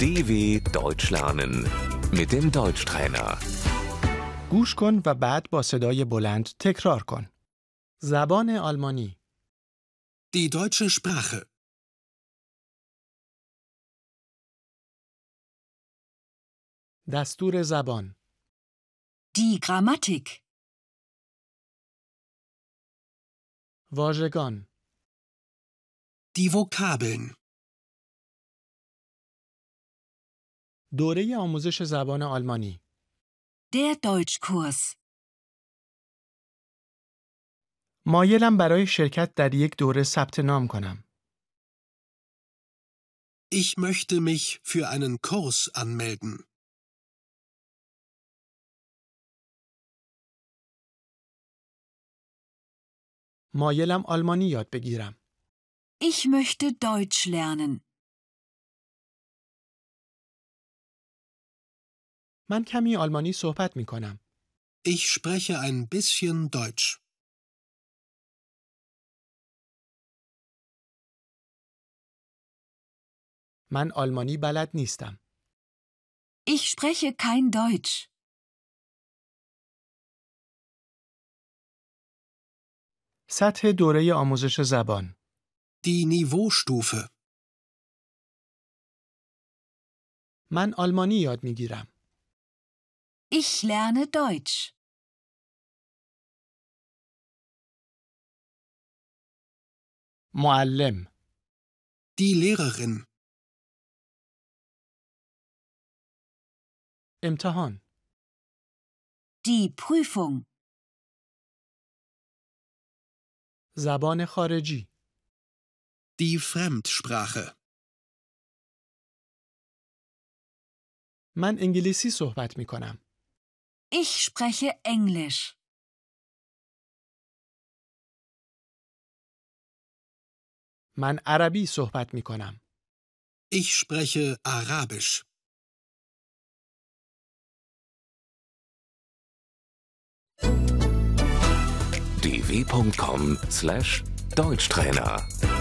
DW Deutsch lernen mit dem Deutschtrainer. گوش کن و بعد با صدای بلند تکرار کن. زبان آلمانی Die deutsche Sprache. دستور زبان Die Grammatik. واژگان Die Vokabeln. دوره آموزش زبان آلمانی Der Deutschkurs. مایلم برای شرکت در یک دوره ثبت نام کنم. Ich möchte mich für einen Kurs anmelden. مایلم آلمانی یاد بگیرم. Ich möchte Deutsch lernen. من کمی آلمانی صحبت می کنم. Ich spreche ein bisschen Deutsch. من آلمانی بلد نیستم. Ich spreche kein Deutsch. سطح دوره آموزش زبان Die Niveaustufe. من آلمانی یاد می گیرم. Ich lerne Deutsch. معلم Die Lehrerin. امتحان Die Prüfung. زبان خارجی Die Fremdsprache. من انگلیسی صحبت می کنم. Ich spreche Englisch. من عربی صحبت می کنم. Ich spreche Arabisch. dw.com/deutschtrainer